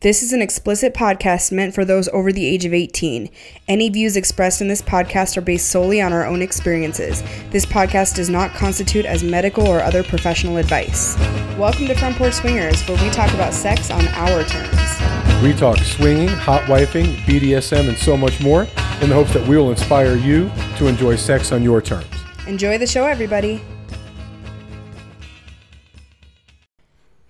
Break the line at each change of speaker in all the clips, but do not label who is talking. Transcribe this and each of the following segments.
This is an explicit podcast meant for those over the age of 18. Any views expressed in this podcast are based solely on our own experiences. This podcast does not constitute as medical or other professional advice. Welcome to Front Porch Swingers, where we talk about sex on our terms.
We talk swinging, hot wifing, BDSM, and so much more in the hopes that we will inspire you to enjoy sex on your terms.
Enjoy the show, everybody.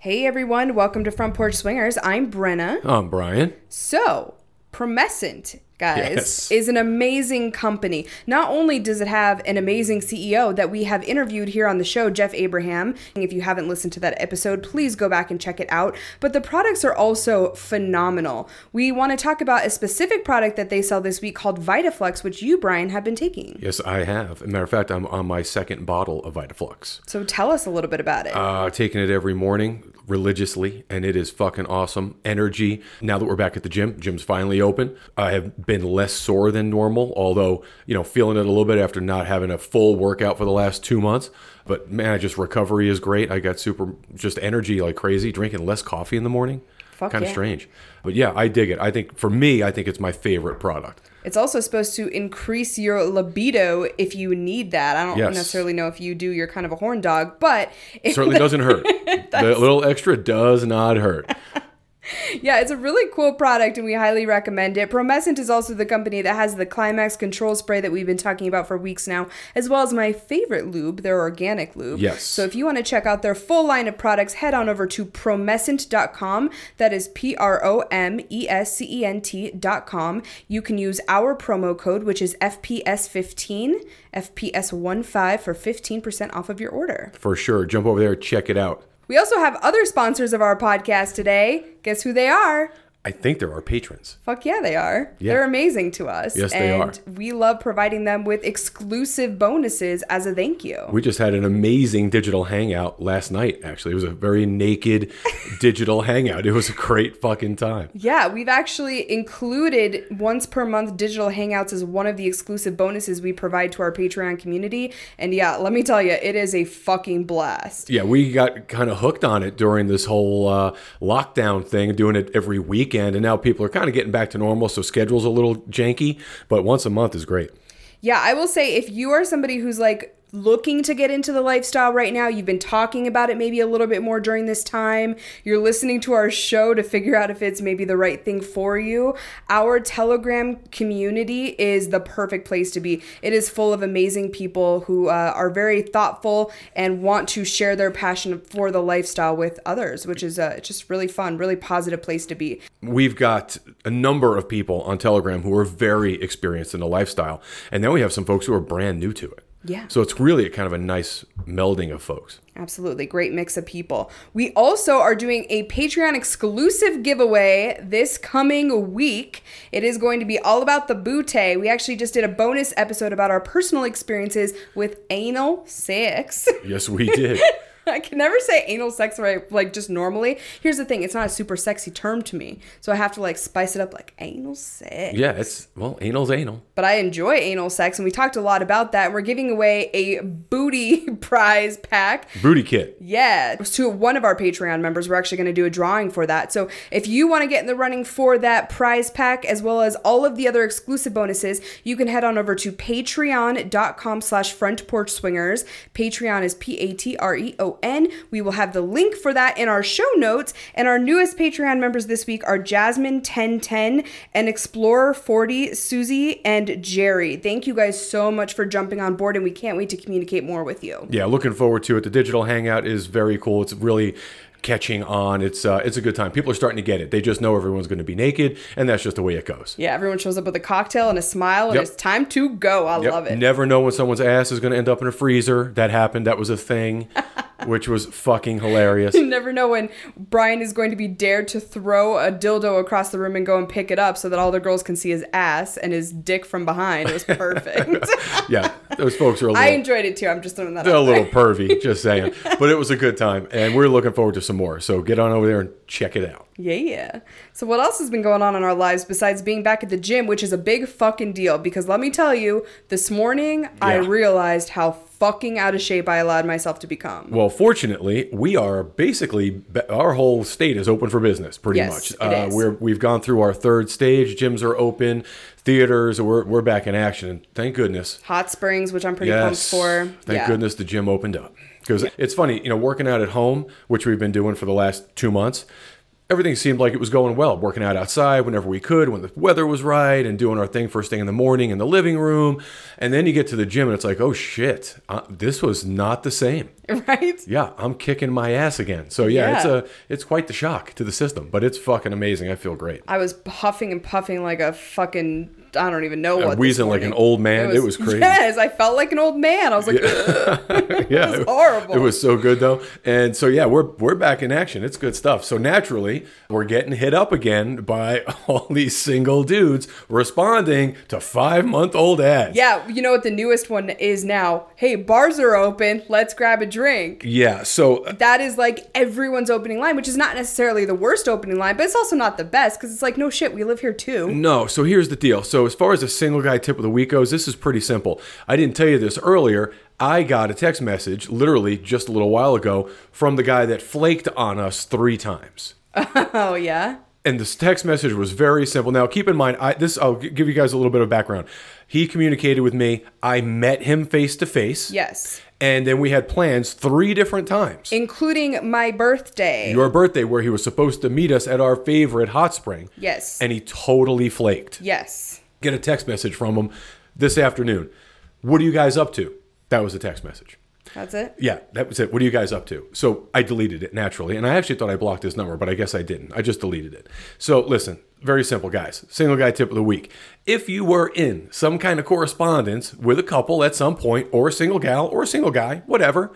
Hey everyone, welcome to Front Porch Swingers. I'm Brenna.
I'm Brian.
So, Promescent, guys,
Yes.
is an amazing company. Not only does it have an amazing CEO that we have interviewed here on the show, Jeff Abraham. And If you haven't listened to that episode, please go back and check it out. But the products are also phenomenal. We want to talk about a specific product that they sell this week called VitaFlux, which you, Brian, have been taking.
Yes, I have. matter of fact, I'm on my second bottle of Vitaflux.
So tell us a little bit about it.
Uh, taking it every morning religiously, and it is fucking awesome. Energy. Now that we're back at the gym, gym's finally open. I have been less sore than normal, although, you know, feeling it a little bit after not having a full workout for the last two months. But man, I just recovery is great. I got super just energy like crazy, drinking less coffee in the morning.
Fuck
kind of
yeah.
strange. But yeah, I dig it. I think for me, I think it's my favorite product.
It's also supposed to increase your libido if you need that. I don't
Yes.
necessarily know if you do. You're kind of a horn dog, but if
Certainly doesn't hurt. the little extra does not hurt.
Yeah, it's a really cool product and we highly recommend it. Promescent is also the company that has the Climax control spray that we've been talking about for weeks now, as well as my favorite lube, their organic lube.
Yes.
So if you want to check out their full line of products, head on over to promescent.com. That is P R O M E S C E N T.com. You can use our promo code, which is FPS15, FPS15 for 15% off of your order.
For sure. Jump over there, check it out.
We also have other sponsors of our podcast today. Guess who they are?
I think there are patrons.
Fuck yeah, they are.
Yeah.
They're amazing to us.
Yes, they
and we love providing them with exclusive bonuses as a thank you.
We just had an amazing digital hangout last night, actually. It was a very naked digital hangout. It was a great fucking time.
yeah, we've actually included once per month digital hangouts as one of the exclusive bonuses we provide to our Patreon community. And yeah, let me tell you, it is a fucking blast.
Yeah, we got kind of hooked on it during this whole uh, lockdown thing, doing it every weekend. And now people are kind of getting back to normal, so schedule's a little janky, but once a month is great.
Yeah, I will say if you are somebody who's like looking to get into the lifestyle right now, you've been talking about it maybe a little bit more during this time, you're listening to our show to figure out if it's maybe the right thing for you, our Telegram community is the perfect place to be. It is full of amazing people who uh, are very thoughtful and want to share their passion for the lifestyle with others, which is uh, just really fun, really positive place to be.
we've got a number of people on Telegram who are very experienced in the lifestyle, and then we have some folks who are brand new to it.
Yeah.
So it's really a kind of a nice melding of folks.
Absolutely. Great mix of people. We also are doing a Patreon exclusive giveaway this coming week. It is going to be all about the bootay. We actually just did a bonus episode about our personal experiences with anal sex.
Yes, we did.
I can never say anal sex right, like just normally. Here's the thing it's not a super sexy term to me. So I have to like spice it up like anal sex
yeah, it's well, anal's anal.
but I enjoy anal sex, and we talked a lot about that. We're giving away a booty prize pack.
Booty kit.
Yeah, to one of our Patreon members, we're actually going to do a drawing for that. So if you want to get in the running for that prize pack, as well as all of the other exclusive bonuses, you can head on over to patreon.com slash front porch swingers. Patreon is P-A-T-R-E-O-N. E We will have the link for that in our show notes. And our newest Patreon members this week are Jasmine1010 and Explorer40, Susie, and Jerry. Thank you guys so much for jumping on board, and we can't wait to communicate more with you.
Yeah, looking forward to it. The digital hangout is very cool. It's really catching on. It's uh, it's a good time. People are starting to get it. They just know everyone's going to be naked, and that's just the way it goes.
Yeah, everyone shows up with a cocktail and a smile, and
Yep.
it's time to go. I
Yep.
love it.
Never know when someone's ass is going to end up in a freezer. That happened. That was a thing, which was fucking hilarious.
You never know when Brian is going to be dared to throw a dildo across the room and go and pick it up so that all the girls can see his ass and his dick from behind. It was perfect.
Yeah, those folks are a little.
I enjoyed it too. I'm just throwing that
They're a
out.
little pervy, just saying. But it was a good time, and we're looking forward to some more. So get on over there and check it out.
Yeah. So what else has been going on in our lives besides being back at the gym, which is a big fucking deal? Because let me tell you, this morning I
Yeah.
realized how fucking out of shape I allowed myself to become.
Well, fortunately, we are basically ba- our whole state is open for business, pretty
Yes,
much.
it
uh,
is.
We're we've gone through our third stage. Gyms are open, theaters. We're we're back in action, and thank goodness.
Hot springs, which I'm pretty pumped
Yes,
for.
thank
yeah.
goodness the gym opened up because it's funny, you know, working out at home, which we've been doing for the last two months. Everything seemed like it was going well. Working out outside whenever we could, when the weather was right, and doing our thing first thing in the morning in the living room. And then you get to the gym, and it's like, oh shit, uh, this was not the same.
Right?
Yeah, I'm kicking my ass again. So yeah, it's
Yeah.
a it's quite the shock to the system, but it's fucking amazing. I feel great.
I was huffing and puffing like a fucking I don't even know what. this
wheezing like an
morning.
old man. It was crazy.
Yes, I felt like an old man. I was like,
yeah,
was horrible.
It was so good though, and so yeah, we're we're back in action. It's good stuff. So naturally, we're getting hit up again by all these single dudes responding to five month old ads.
yeah, you know what the newest one is now? Hey, bars are open. Let's grab a drink.
yeah. So
That is like everyone's opening line, which is not necessarily the worst opening line, but it's also not the best because it's like, no shit, we live here too.
No, so here's the deal. So as far as a single guy tip of the week goes, this is pretty simple. I didn't tell you this earlier. I got a text message literally just a little while ago from the guy that flaked on us three times.
Oh, yeah.
And this text message was very simple. Now, keep in mind, I, this I'll g- give you guys a little bit of background. He communicated with me. I met him face to face.
Yes.
And then we had plans three different times.
Including my birthday.
Your birthday, where he was supposed to meet us at our favorite hot spring.
Yes.
And he totally flaked
yes.
get a text message from him this afternoon. What are you guys up to? That was a text message.
That's it.
Yeah, that was it. What are you guys up to? So I deleted it naturally. And I actually thought I blocked his number, but I guess I didn't. I just deleted it. So listen, very simple, guys. Single guy tip of the week. If you were in some kind of correspondence with a couple at some point, or a single gal, or a single guy, whatever,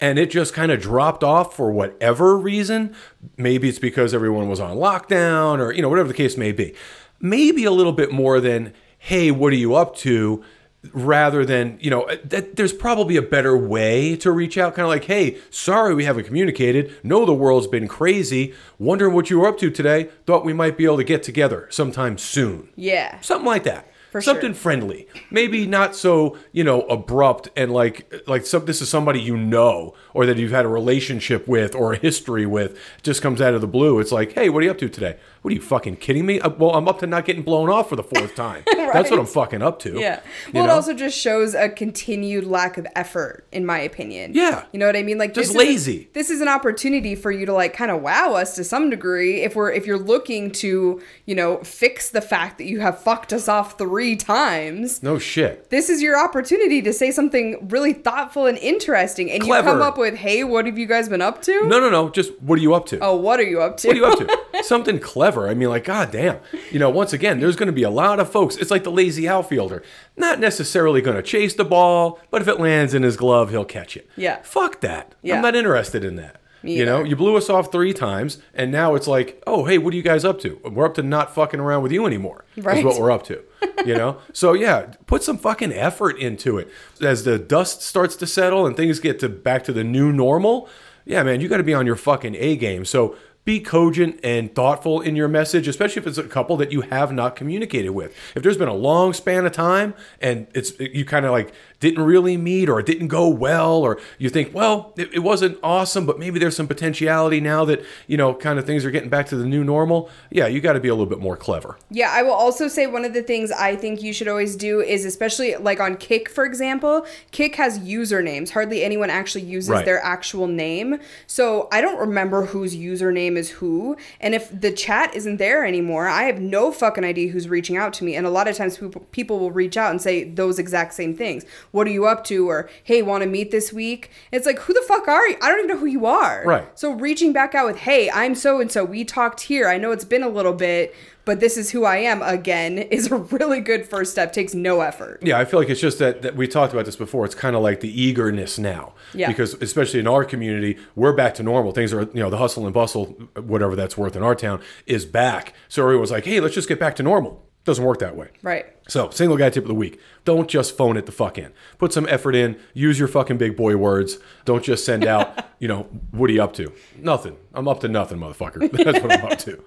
and it just kind of dropped off for whatever reason, maybe it's because everyone was on lockdown or, you know, whatever the case may be, maybe a little bit more than, hey, what are you up to? rather than you know uh, that there's probably a better way to reach out kind of like hey sorry we haven't communicated know the world's been crazy wondering what you were up to today thought we might be able to get together sometime soon
Yeah.
something like that
For
something friendly maybe not so you know abrupt and like like some, this is somebody you know or that you've had a relationship with or a history with just comes out of the blue it's like hey what are you up to today what are you fucking kidding me Uh, well i'm up to not getting blown off for the fourth time that's what i'm fucking up to
Yeah.
You
Well, it
know?
also just shows a continued lack of effort, in my opinion.
Yeah.
You know what I mean? Like
Just
this is a-
lazy.
this is an opportunity for you to like kind of wow us to some degree if we're if you're looking to you know fix the fact that you have fucked us off three times.
No shit.
This is your opportunity to say something really thoughtful and interesting, and
Clever.
you come up with, "Hey, what have you guys been up to?"
No, no, no. Just what are you up to?
Oh, what are you up to?
What are you up to? Something clever. I mean, like, god damn. You know, once again, there's going to be a lot of folks. It's like the lazy outfielder. Not necessarily going to chase the ball, but if it lands in his glove, he'll catch it.
Yeah.
Fuck that.
Yeah.
I'm not interested in that.
Me
you know,
either.
you blew us off three times, and now it's like, oh, hey, what are you guys up to? We're up to not fucking around with you anymore. Is
Right.
what we're up to. You know? so yeah, put some fucking effort into it. As the dust starts to settle and things get to back to the new normal, yeah, man, you gotta be on your fucking A game. So be cogent and thoughtful in your message, especially if it's a couple that you have not communicated with. If there's been a long span of time and it's you kind of like didn't really meet or it didn't go well, or you think, well, it, it wasn't awesome, but maybe there's some potentiality now that you know kind of things are getting back to the new normal. Yeah, you got to be a little bit more clever.
Yeah, I will also say one of the things I think you should always do is, especially like on Kick, for example, Kick has usernames. Hardly anyone actually uses
Right.
their actual name. So I don't remember whose username is who. And if the chat isn't there anymore, I have no fucking idea who's reaching out to me. And a lot of times people, people will reach out and say those exact same things. What are you up to? Or, hey, want to meet this week? It's like, who the fuck are you? I don't even know who you are.
Right.
So reaching back out with, hey, I'm so and so. We talked here. I know it's been a little bit, but this is who I am again is a really good first step. Takes no effort.
Yeah, I feel like it's just that, that we talked about this before. It's kind of like the eagerness now.
Yeah.
Because especially in our community, we're back to normal. Things are, you know, the hustle and bustle, whatever that's worth in our town, is back. So everyone's like, hey, let's just get back to normal. Doesn't work that way.
Right.
So, single guy tip of the week. Don't just phone it the fuck in. Put some effort in. Use your fucking big boy words. Don't just send out, you know, what are you up to? Nothing. I'm up to nothing, motherfucker. That's what I'm up to.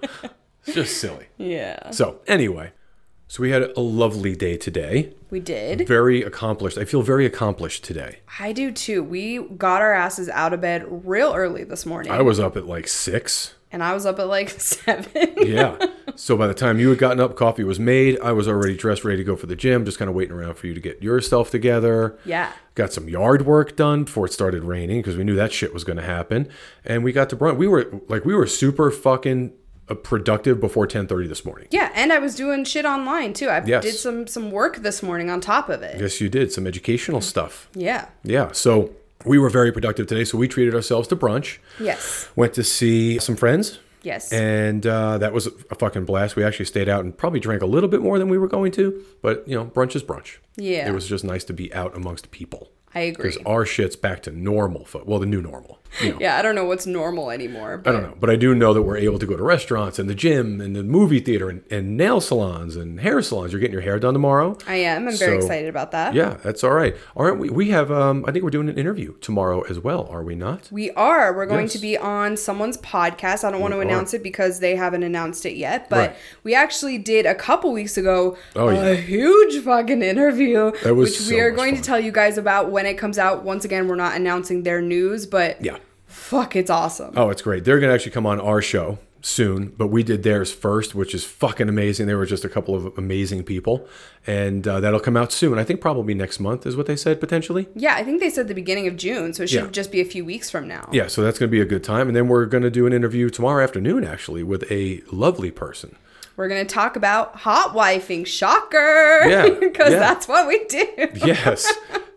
It's just silly.
Yeah.
So, anyway, so we had a lovely day today.
We did.
Very accomplished. I feel very accomplished today.
I do too. We got our asses out of bed real early this morning.
I was up at like six.
and I was up at like seven.
Yeah. so by the time you had gotten up, coffee was made. I was already dressed, ready to go for the gym, just kind of waiting around for you to get yourself together.
Yeah.
Got some yard work done before it started raining because we knew that shit was going to happen. And we got to brunch. We were like, we were super fucking uh, productive before 10:30 this morning.
yeah, and I was doing shit online too. I
Yes.
did some some work this morning on top of it.
Yes, you did some educational stuff.
Yeah.
Yeah. So we were very productive today. So we treated ourselves to brunch.
Yes.
Went to see some friends.
Yes.
And uh, that was a fucking blast. We actually stayed out and probably drank a little bit more than we were going to, but you know, brunch is brunch.
Yeah.
It was just nice to be out amongst people.
I agree.
Because our shit's back to normal. Fo- well, the new normal. You know,
Yeah, I don't know what's normal anymore.
I
But
don't know. But I do know that we're able to go to restaurants and the gym and the movie theater and, and nail salons and hair salons. You're getting your hair done tomorrow.
I am. I'm very
So-
excited about that.
Yeah, that's all right. Aren't we? We have, um, I think we're doing an interview tomorrow as well, are we not?
We are. We're going to
Yes.
be on someone's podcast. I don't want to
are.
announce it because they haven't announced it yet, but
Right.
we actually did a couple weeks ago
Oh,
a
yeah.
huge fucking interview,
That was
which
so
we are
much
going
fun.
to tell you guys about when it comes out. Once again, we're not announcing their news, but
Yeah.
fuck, it's awesome.
Oh, it's great. They're going to actually come on our show soon, but we did theirs first, which is fucking amazing. They were just a couple of amazing people, and uh, that'll come out soon. I think probably next month is what they said potentially.
Yeah, I think they said the beginning of June, so it should
Yeah.
just be a few weeks from now.
Yeah, so that's going to be a good time. And then we're going to do an interview tomorrow afternoon, actually, with a lovely person.
We're going to talk about hot wifing. Shocker.
Yeah,
Because
yeah.
that's what we do.
Yes,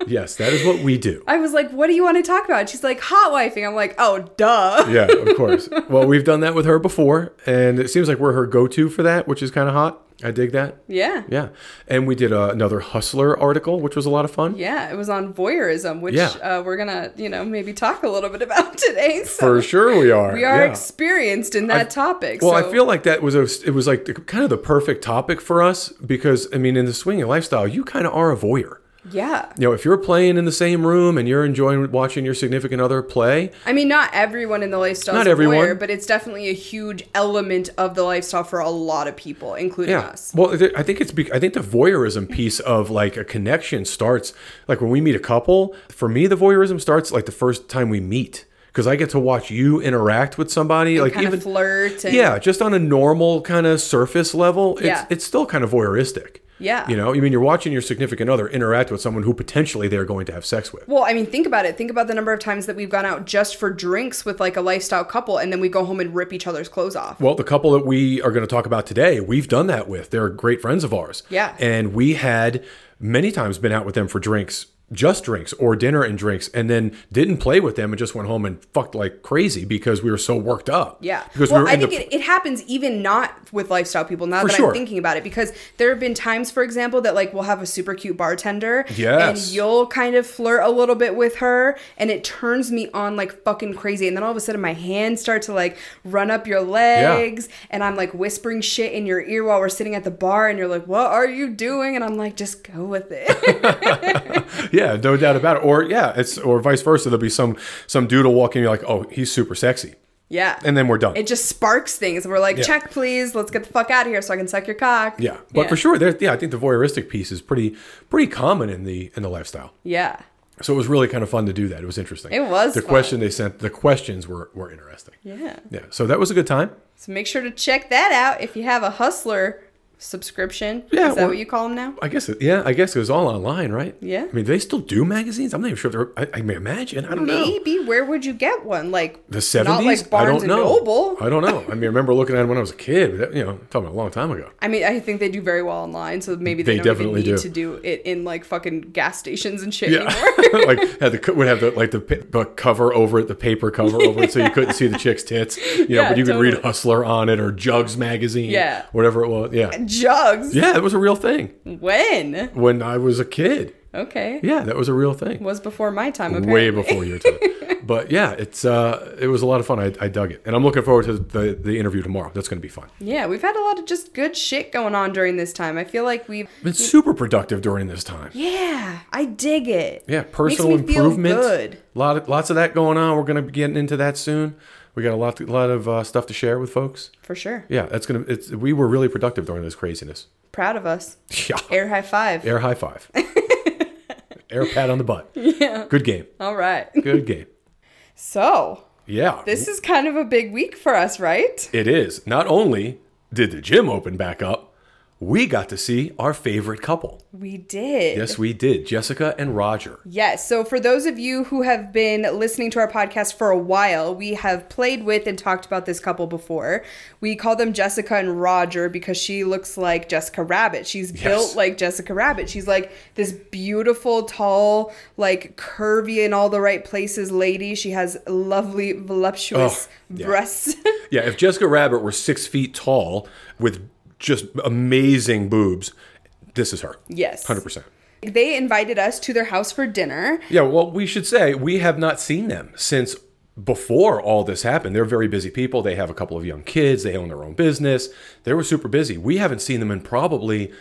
yes, that is what we do.
I was like, what do you want to talk about? She's like, hot wifing. I'm like, oh, duh.
Yeah, of course. Well, we've done that with her before, and it seems like we're her go to for that, which is kind of hot. I dig that.
Yeah.
Yeah. And we did uh, another Hustler article, which was a lot of fun.
Yeah, it was on voyeurism, which
Yeah.
uh, we're gonna, you know, maybe talk a little bit about today. So
For sure, we are.
we are
Yeah.
experienced in that
I-
topic.
Well,
so-
I feel like that was a, it was like the, kind of the perfect topic for us because I mean, in the swinging lifestyle, you kind of are a voyeur.
yeah.
You know, if you're playing in the same room and you're enjoying watching your significant other play,
I mean, not everyone in the lifestyle
Not
is a
everyone.
voyeur, but it's definitely a huge element of the lifestyle for a lot of people, including
yeah.
us.
Well, th- I think it's be- I think the voyeurism piece of like a connection starts like when we meet a couple. For me, the voyeurism starts like the first time we meet because I get to watch you interact with somebody, like
kind
even
of flirt. And,
yeah, just on a normal kind of surface level, it's
Yeah.
it's still kind of voyeuristic.
Yeah.
You know, you mean you're watching your significant other interact with someone who potentially they're going to have sex with.
Well, I mean, think about it. Think about the number of times that we've gone out just for drinks with like a lifestyle couple, and then we go home and rip each other's clothes off.
Well, the couple that we are going to talk about today, we've done that with. They're great friends of ours.
Yeah.
And we had many times been out with them for drinks, just drinks or dinner and drinks, and then didn't play with them and just went home and fucked like crazy because we were so worked up.
Yeah.
Because
well,
we were
I
in the-
think it, it happens even not with lifestyle people now
For
that
sure.
I'm thinking about it because there have been times, for example, that like we'll have a super cute bartender
Yes.
and you'll kind of flirt a little bit with her and it turns me on like fucking crazy. And then all of a sudden my hands start to like run up your legs and I'm like whispering shit in your ear while we're sitting at the bar and you're like, what are you doing? And I'm like, just go with it.
Yeah, no doubt about it. Or yeah, it's or vice versa. There'll be some some dude will walk in, you're like, oh, he's super sexy,
yeah.
and then we're done.
it just sparks things. We're like,
Yeah.
check, please. Let's get the fuck out of here so I can suck your cock.
yeah, but for sure, there. Yeah, I think the voyeuristic piece is pretty pretty common in the in the lifestyle.
Yeah.
So it was really kind of fun to do that. It was interesting.
It was
The
fun.
question they sent, the questions were were interesting.
Yeah.
Yeah. So that was a good time.
So make sure to check that out if you have a hustler subscription.
Yeah,
is that
or-
what you call them now?
I guess. It, yeah. I guess it was all online, right?
Yeah.
I mean, they still do magazines. I'm not even sure. If they're, I, I may imagine. I don't know.
Maybe where would you get one? Like
The 70s.
not like
I
Barnes
don't
and
know.
Noble.
I don't know. I mean, I remember looking at it when I was a kid. But that, you know, I'm talking about a long time ago.
I mean, I think they do very well online, so maybe they,
They
don't
definitely
even
do.
need to do it in like fucking gas stations and shit
Yeah.
anymore.
like had the co- would have the like the, pa- the cover over it, the paper cover over it, so you couldn't see the chick's tits. You know,
Yeah,
but you could read
totally.
Hustler on it or Jugs magazine.
Yeah.
Whatever it was. Yeah.
Jugs.
Yeah, it was a real thing
When?
when I was a kid.
Okay.
Yeah, that was a real thing.
Was before my time, apparently.
Way before your time. but yeah, it's uh, it was a lot of fun. I, I dug it, and I'm looking forward to the the interview tomorrow. That's going to be fun.
Yeah, we've had a lot of just good shit going on during this time. I feel like we've.
Been super productive during this time.
Yeah, I dig it.
Yeah, personal
Makes me feel
improvement.
good.
Lot of, lots of that going on. We're going to be getting into that soon. We got a lot, lot of uh, stuff to share with folks.
For sure.
Yeah, that's gonna. It's we were really productive during this craziness.
Proud of us.
Yeah,
Air high five.
air high five, air pat on the butt. Yeah, good game.
All right.
Good game.
So,
Yeah,
this is kind of a big week for us, right?
it is. Not only did the gym open back up, we got to see our favorite couple.
We did.
Yes, we did. Jessica and Roger.
Yes. So, for those of you who have been listening to our podcast for a while, we have played with and talked about this couple before. We call them Jessica and Roger because she looks like Jessica Rabbit. She's built like Jessica Rabbit. She's like this beautiful, tall, like curvy in all the right places lady. She has lovely, voluptuous
Oh, yeah.
breasts.
Yeah, if Jessica Rabbit were six feet tall with just amazing boobs, this is her.
yes.
hundred percent.
They invited us to their house for dinner.
Yeah, well, we should say we have not seen them since before all this happened. They're very busy people. They have a couple of young kids. They own their own business. They were super busy. We haven't seen them in probably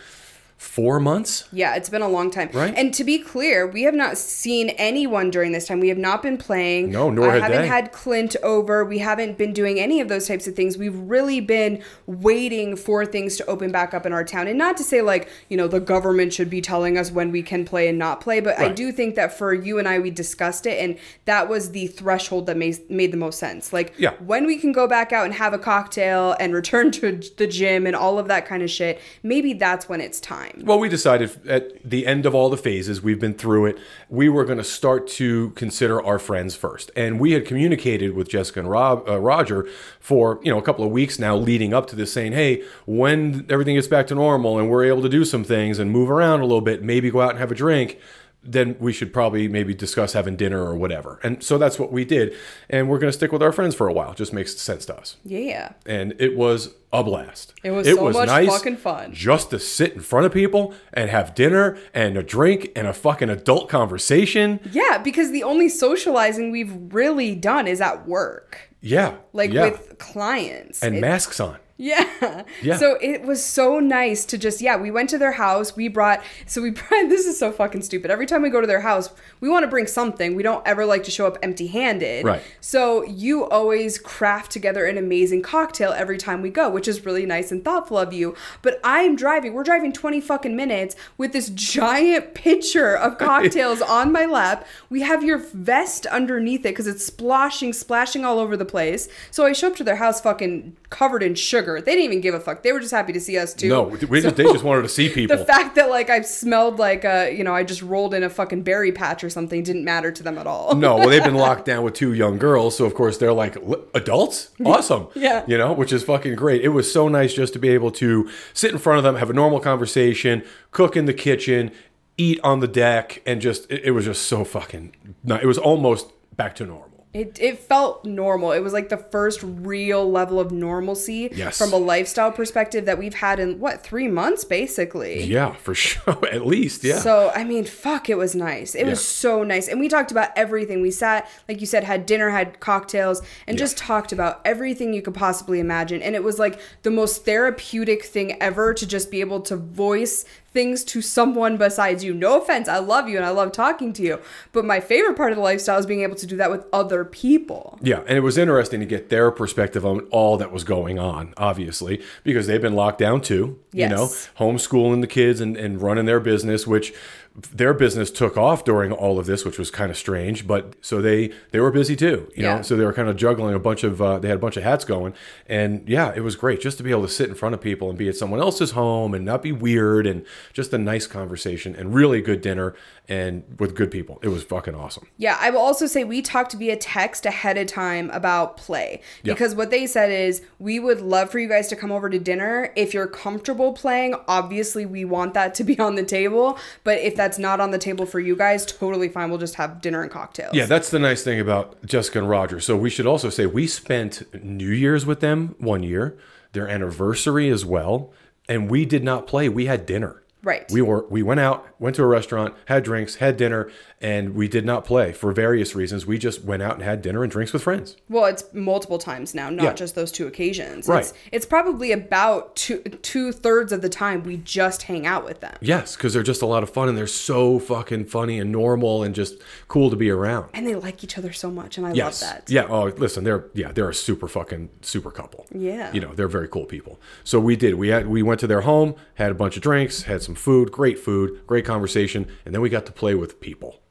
four months.
Yeah, it's been a long time.
Right?
And to be clear, we have not seen anyone during this time. We have not been playing.
No, nor
I
had
haven't
they.
had Clint over. We haven't been doing any of those types of things. We've really been waiting for things to open back up in our town. And not to say like, you know, the government should be telling us when we can play and not play, but I
Right.
do think that for you and I we discussed it and that was the threshold that made made the most sense. Like
Yeah.
when we can go back out and have a cocktail and return to the gym and all of that kind of shit, maybe that's when it's time.
Well, we decided at the end of all the phases, we've been through it, we were going to start to consider our friends first. And we had communicated with Jessica and Rob, uh, Roger for, you know, a couple of weeks now leading up to this saying, hey, when everything gets back to normal and we're able to do some things and move around a little bit, maybe go out and have a drink, then we should probably maybe discuss having dinner or whatever. And so that's what we did. And we're going to stick with our friends for a while. Just makes sense to us
Yeah.
and it was a blast.
It was so much fucking fun.
Just to sit in front of people and have dinner and a drink and a fucking adult conversation.
Yeah, because the only socializing we've really done is at work,
Yeah.
like
yeah.
with clients.
and
It-
masks on.
yeah.
Yeah.
So it was so nice to just, yeah, we went to their house. We brought, so we brought, this is so fucking stupid. Every time we go to their house, we want to bring something. We don't ever like to show up empty handed.
Right.
So you always craft together an amazing cocktail every time we go, which is really nice and thoughtful of you. But I'm driving, we're driving 20 fucking minutes with this giant pitcher of cocktails on my lap. We have your vest underneath it because it's splashing, splashing all over the place. So I show up to their house fucking covered in sugar. They didn't even give a fuck. They were just happy to see us too.
No, we Oh. just, they just wanted to see people.
The fact that like I smelled like uh you know I just rolled in a fucking berry patch or something didn't matter to them at all.
no, well, they've been locked down with two young girls, so of course they're like "L- adults. Awesome,
Yeah.
you know, which is fucking great. It was so nice just to be able to sit in front of them, have a normal conversation, cook in the kitchen, eat on the deck, and just it, it was just so fucking. No, it was almost back to normal.
It, it felt normal. It was like the first real level of normalcy
Yes.
from a lifestyle perspective that we've had in what three months basically.
Yeah, for sure. At least, yeah.
So I mean, fuck, it was nice. It was
Yeah.
so nice, and we talked about everything. We sat, like you said, had dinner, had cocktails, and just talked about everything you could possibly imagine. And it was like the most therapeutic thing ever to just be able to voice things to someone besides you. No offense, I love you and I love talking to you, but my favorite part of the lifestyle is being able to do that with other people.
Yeah, and it was interesting to get their perspective on all that was going on, obviously, because they've been locked down too, you know,
Yes.
homeschooling the kids and, and running their business, which their business took off during all of this, which was kind of strange, but so they they were busy too, you
Yeah.
know, so they were kind of juggling a bunch of uh, they had a bunch of hats going, and yeah, it was great just to be able to sit in front of people and be at someone else's home and not be weird and just a nice conversation and really good dinner and with good people. It was fucking awesome.
Yeah, I will also say we talked via text ahead of time about play
Yeah.
because what they said is we would love for you guys to come over to dinner if you're comfortable playing. Obviously, we want that to be on the table, but if that's not on the table for you guys, totally fine. We'll just have dinner and cocktails.
Yeah, that's the nice thing about Jessica and Roger. So we should also say we spent New Year's with them one year, their anniversary as well, and we did not play. We had dinner.
Right.
We were we went out, went to a restaurant, had drinks, had dinner, and we did not play for various reasons. We just went out and had dinner and drinks with friends.
Well, it's multiple times now, not
Yeah.
just those two occasions.
Right.
It's, it's probably about two two thirds of the time we just hang out with them.
Yes, because they're just a lot of fun and they're so fucking funny and normal and just cool to be around.
And they like each other so much, and I
Yes.
love that.
Yeah. Oh, listen, they're yeah, they're a super fucking super couple.
Yeah.
You know, they're very cool people. So we did. We had we went to their home, had a bunch of drinks, had some food, great food, great conversation, and then we got to play with people,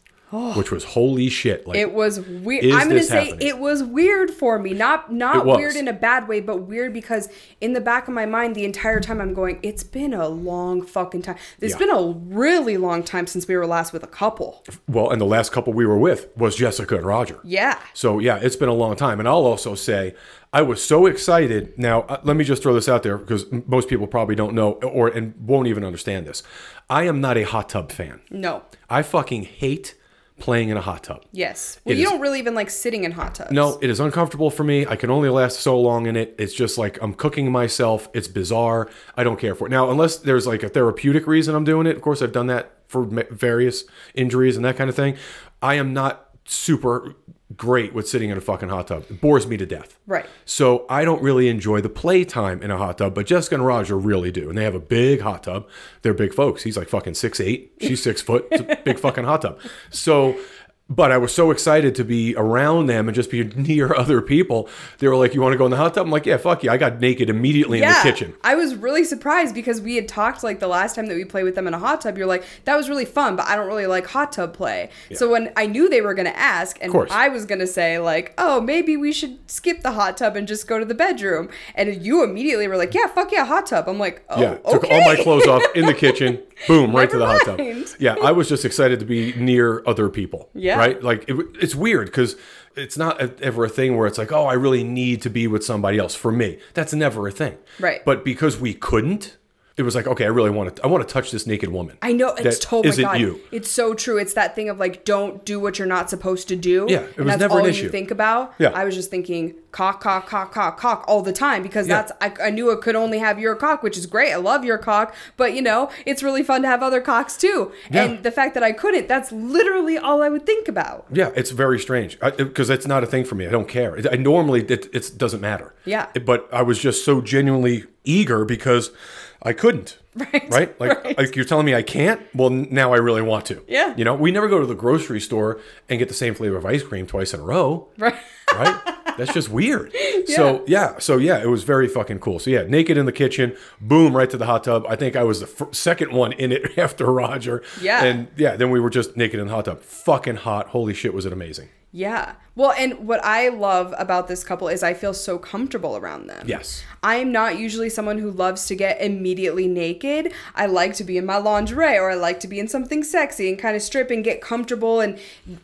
which was holy shit. Like
Oh. It was weird.
Is
I'm gonna
this
say
happening?
it was weird for me. Not not
It was.
weird in a bad way, but weird because in the back of my mind the entire time I'm going, it's been a long fucking time. It's
Yeah.
been a really long time since we were last with a couple.
well, and the last couple we were with was Jessica and Roger.
Yeah.
So yeah, it's been a long time, and I'll also say I was so excited. Now uh, let me just throw this out there because m- most people probably don't know or and won't even understand this. I am not a hot tub fan.
No.
I fucking hate playing in a hot tub.
Yes. Well,
It
you
is-
don't really even like sitting in hot tubs.
No, it is uncomfortable for me. I can only last so long in it. It's just like I'm cooking myself. It's bizarre. I don't care for it. Now, unless there's like a therapeutic reason I'm doing it, of course, I've done that for m- various injuries and that kind of thing. I am not super great with sitting in a fucking hot tub. It bores me to death.
Right.
So I don't really enjoy the playtime in a hot tub, but Jessica and Roger really do. And they have a big hot tub. They're big folks. He's like fucking six eight. She's six foot. It's a big fucking hot tub. So but I was so excited to be around them and just be near other people. They were like, You want to go in the hot tub? I'm like, Yeah, fuck you. I got naked immediately in the kitchen.
I was really surprised because we had talked like the last time that we played with them in a hot tub. You're like, that was really fun, but I don't really like hot tub play. So when I knew they were going to ask, and
course.
I was going to say, like, oh, maybe we should skip the hot tub and just go to the bedroom. And you immediately were like, yeah, fuck yeah, hot tub. I'm like, oh,
Yeah, took
okay.
all my clothes off in the kitchen. Boom, right to the
Never
hot tub.
mind.
Yeah, I was just excited to be near other people.
Yeah.
right. Like it, it's weird because it's not a, ever a thing where it's like, oh, I really need to be with somebody else for me. That's never a thing.
Right.
But because we couldn't, it was like, okay, I really want to. I want to touch this naked woman.
I know it's
that
totally
isn't
God.
you.
It's so true. It's that thing of like, don't do what you're not supposed to do.
Yeah, it
and
was
that's
never
all
an
you
issue.
think about.
Yeah.
I was just thinking cock, cock, cock, cock, cock all the time because
Yeah.
that's I, I knew it could only have your cock, which is great. I love your cock, but you know it's really fun to have other cocks too.
Yeah.
And the fact that I couldn't, that's literally all I would think about.
Yeah, it's very strange because that's not a thing for me. I don't care. I normally it it's, doesn't matter.
Yeah.
But I was just so genuinely eager because I couldn't.
Right,
Right. Like,
right.
like you're telling me I can't. Well, n- now I really want to.
Yeah.
You know, we never go to the grocery store and get the same flavor of ice cream twice in a row.
Right.
Right. That's just weird. So yeah. So yeah, it was very fucking cool. So yeah, naked in the kitchen, boom, right to the hot tub. I think I was the fir- second one in it after Roger.
Yeah.
And yeah, then we were just naked in the hot tub. Fucking hot. Holy shit, was it amazing.
Yeah. Well, and what I love about this couple is I feel so comfortable around them.
Yes.
I am not usually someone who loves to get immediately naked. I like to be in my lingerie or I like to be in something sexy and kind of strip and get comfortable and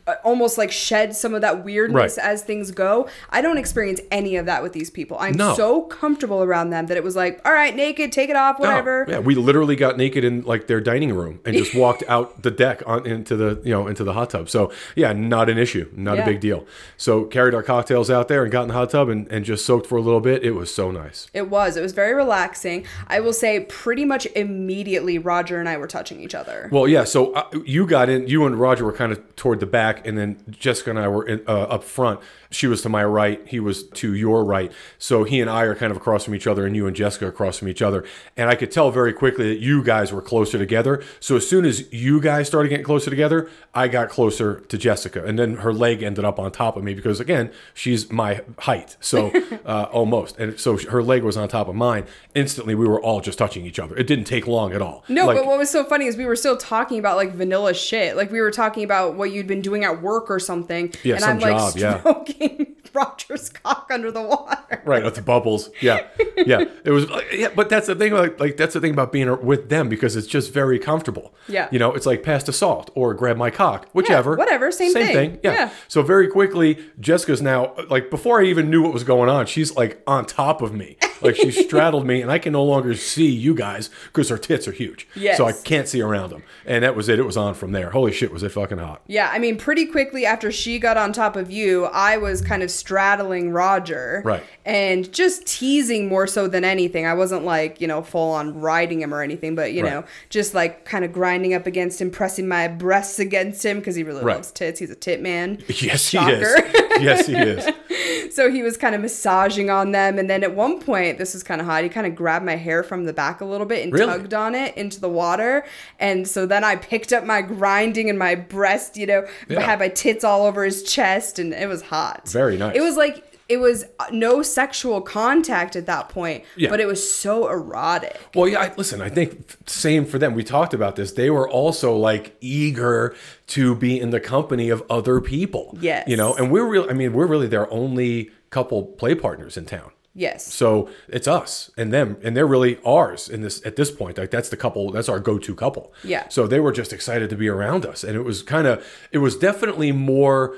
uh, almost like shed some of that weirdness
Right.
as things go. I don't experience any of that with these people. I'm
No.
so comfortable around them that it was like, all right, naked, take it off,
No,
whatever.
yeah, we literally got naked in like their dining room and just walked out the deck on into the you know into the hot tub. So yeah, not an issue, not
Yeah.
a big deal. So carried our cocktails out there and got in the hot tub and, and just soaked for a little bit. It was so nice.
It was. It was very relaxing. I will say, pretty much immediately, Roger and I were touching each other.
Well, yeah. So uh, you got in. You and Roger were kind of toward the back, and then Jessica and I were in, uh, up front. She was to my right. He was to your right. So he and I are kind of across from each other, and you and Jessica are across from each other. And I could tell very quickly that you guys were closer together. So as soon as you guys started getting closer together, I got closer to Jessica, and then her leg ended up on top of me because again, she's my height, so uh, almost. And so her leg was on top of mine. Instantly, we were all just touching each other. It didn't take long at all.
No,
Like-
but what was so funny is we were still talking about like vanilla shit. Like we were talking about what you'd been doing at work or something.
Yeah,
and
some
I'm like
job, yeah.
stroking Roger's cock under the water.
right with the bubbles yeah yeah it was uh, yeah but that's the thing like, like that's the thing about being with them because it's just very comfortable
Yeah.
you know it's like pass the salt or grab my cock whichever
whatever, same thing.
yeah.
Yeah.
so very quickly jessica's now like before i even knew what was going on she's like on top of me like she straddled me and i can no longer see you guys because her tits are huge
Yes.
so i can't see around them and that was it it was on from there holy shit was it fucking hot
Yeah, I mean, pretty quickly after she got on top of you, I was kind of straddling Roger.
Right.
And just teasing more so than anything. I wasn't like, you know, full on riding him or anything, but, you
Right.
know, just like kind of grinding up against him, pressing my breasts against him because he really
Right.
loves tits. He's a tit man.
Yes, he is.
Shocker.
Yes, he is.
So he was kind of massaging on them. And then at one point, this is kind of hot, he kind of grabbed my hair from the back a little bit and
Really?
tugged on it into the water. And so then I picked up my grinding and my breast, you know,
Yeah.
had my tits all over his chest. And it was hot.
Very nice.
It was like, it was uh, no sexual contact at that point,
Yeah.
but it was so erotic.
Well, yeah. I, listen, I think same for them. We talked about this. They were also like eager to be in the company of other people.
Yes.
You know, and we're real. I mean, we're really their only couple play partners in town.
Yes.
So it's us and them, and they're really ours in this at this point. Like that's the couple, that's our go-to couple.
Yeah.
So they were just excited to be around us, and it was kind of, it was definitely more.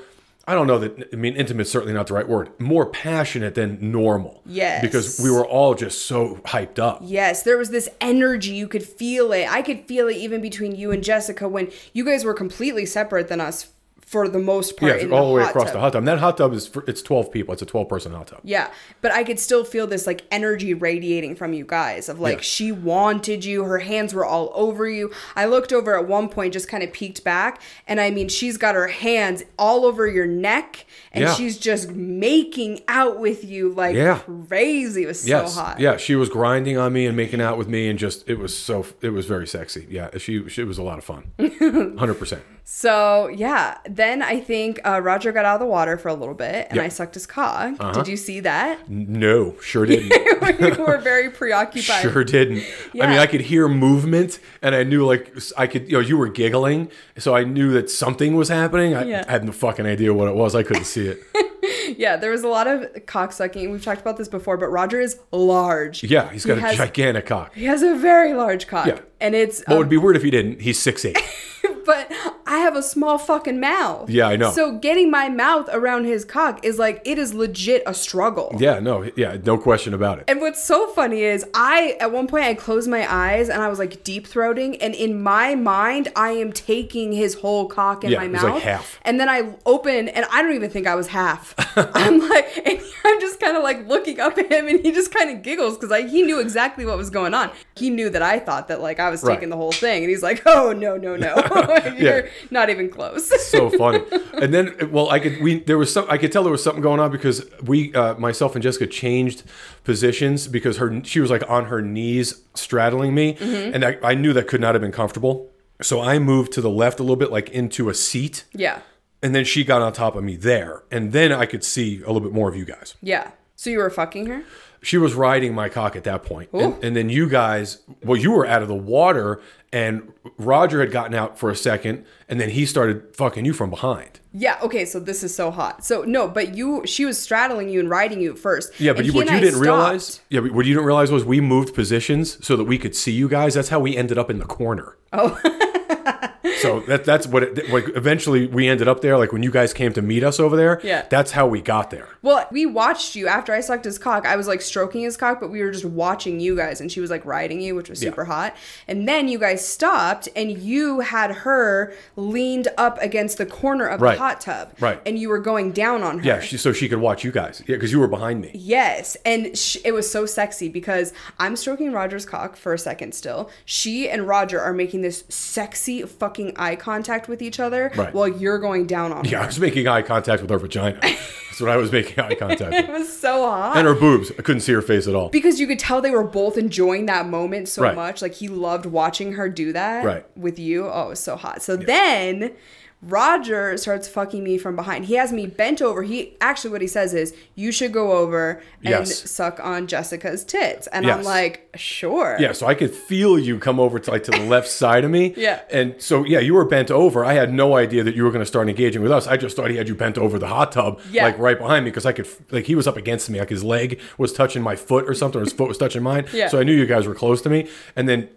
I don't know that I mean intimate certainly not the right word. More passionate than normal.
Yes.
Because we were all just so hyped up.
Yes, there was this energy. You could feel it. I could feel it even between you and Jessica when you guys were completely separate than us for the most part.
Yeah,
in
all the way
hot
across
tub.
the hot tub. And that hot tub is for, it's twelve people. It's a twelve person hot tub.
Yeah, but I could still feel this like energy radiating from you guys of like
Yeah.
she wanted you, her hands were all over you. I looked over at one point, just kind of peeked back, and I mean, she's got her hands all over your neck and
Yeah.
she's just making out with you like
Yeah.
crazy. It was
Yes.
so hot.
Yeah, she was grinding on me and making out with me, and just it was so it was very sexy. Yeah, she, she it was a lot of fun. Hundred percent.
So yeah, then I think uh, Roger got out of the water for a little bit, and
Yep. Uh-huh.
I sucked his cock. Did you see that?
No, sure didn't.
you were very preoccupied.
sure didn't. I mean,
Yeah.
I could hear movement, and I knew like I could. You know, you were giggling, so I knew that something was happening. I,
Yeah.
I had no fucking idea what it was. I couldn't see it.
Yeah, there was a lot of cock sucking. We've talked about this before, but Roger is large.
Yeah, he's got
He
a
has-
gigantic cock.
He has a very large cock,
Yeah.
and it's
What
um,
would be weird if he didn't? He's six eight.
but I have a small fucking mouth.
Yeah, I know.
So getting my mouth around his cock is like it is legit a struggle.
yeah, no, yeah, no question about it.
And what's so funny is I at one point I closed my eyes and I was like deep throating and in my mind I am taking his whole cock in
Yeah,
my
it
mouth.
was like half.
And then I open and I don't even think I was half. I'm like and I'm just kind of like looking up at him and he just kind of giggles cuz like he knew exactly what was going on. He knew that I thought that like I was
Right.
taking the whole thing and he's like, "Oh, no, no, no. You're not even close."
so funny. And then, well, I could we there was some I could tell there was something going on because we uh, myself and Jessica changed positions because her she was like on her knees straddling me, and I, I knew that could not have been comfortable. So I moved to the left a little bit, like into a seat,
yeah.
and then she got on top of me there, and then I could see a little bit more of you guys.
Yeah. So you were fucking her?
She was riding my cock at that point. And, and then you guys, well, you were out of the water, and Roger had gotten out for a second, and then he started fucking you from behind.
Yeah, okay, so this is so hot. So no, but you she was straddling you and riding you at first.
Yeah, but
And
you,
he
what
and
you
I
didn't
stopped.
realize, yeah, but what you didn't realize was we moved positions so that we could see you guys. That's how we ended up in the corner. Oh. so that that's what it, like eventually we ended up there. Like when you guys came to meet us over there,
Yeah.
that's how we got there.
Well, we watched you after I sucked his cock. I was like stroking his cock, but we were just watching you guys and she was like riding you, which was super hot. And then you guys stopped and you had her leaned up against the corner of
Right.
the hot tub.
Right.
And you were going down on her.
Yeah, she, so she could watch you guys. Yeah, because you were behind me.
Yes, and sh- it was so sexy because I'm stroking Roger's cock for a second still. She and Roger are making this sexy fucking eye contact with each other
Right.
while you're going down on
Yeah, I was making eye contact with her vagina. that's what I was making eye contact with.
her. It was so hot.
And her boobs. I couldn't see her face at all.
because you could tell they were both enjoying that moment so
Right.
much. Like he loved watching her do that
Right.
with you. Oh, it was so hot. So then Roger starts fucking me from behind. He has me bent over. He actually what he says is, "You should go over and
Yes.
suck on Jessica's tits." And I'm
Yes.
like, "Sure."
Yeah, so I could feel you come over to like to the left side of me.
Yeah.
And so yeah, you were bent over. I had no idea that you were going to start engaging with us. I just thought he had you bent over the hot tub,
Yeah.
like right behind me, because I could f- like he was up against me, like his leg was touching my foot or something, or his foot was touching mine.
Yeah.
uh, So I knew you guys were close to me, and then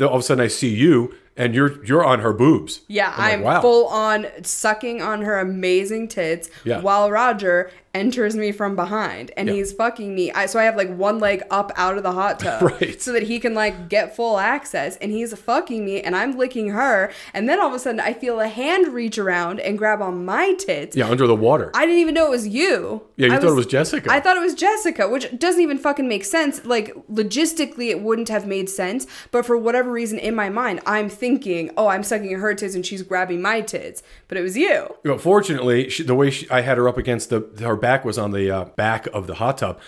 all of a sudden I see you. and you're you're on her boobs.
Yeah,
like,
I'm,
wow.
full on sucking on her amazing tits
Yeah.
while Roger enters me from behind and
Yeah.
he's fucking me. I, so I have like one leg up out of the hot tub
Right.
so that he can like get full access and he's fucking me and I'm licking her. And then all of a sudden I feel a hand reach around and grab on my tits.
Yeah, under the water.
I didn't even know it was you.
yeah, you
I
thought it was Jessica.
I thought it was Jessica, which doesn't even fucking make sense. Like logistically, it wouldn't have made sense. But for whatever reason, in my mind, I'm thinking, oh, I'm sucking her tits and she's grabbing my tits. But it was you.
But fortunately, she, the way she, I had her up against the, her back was on the uh, back of the hot tub.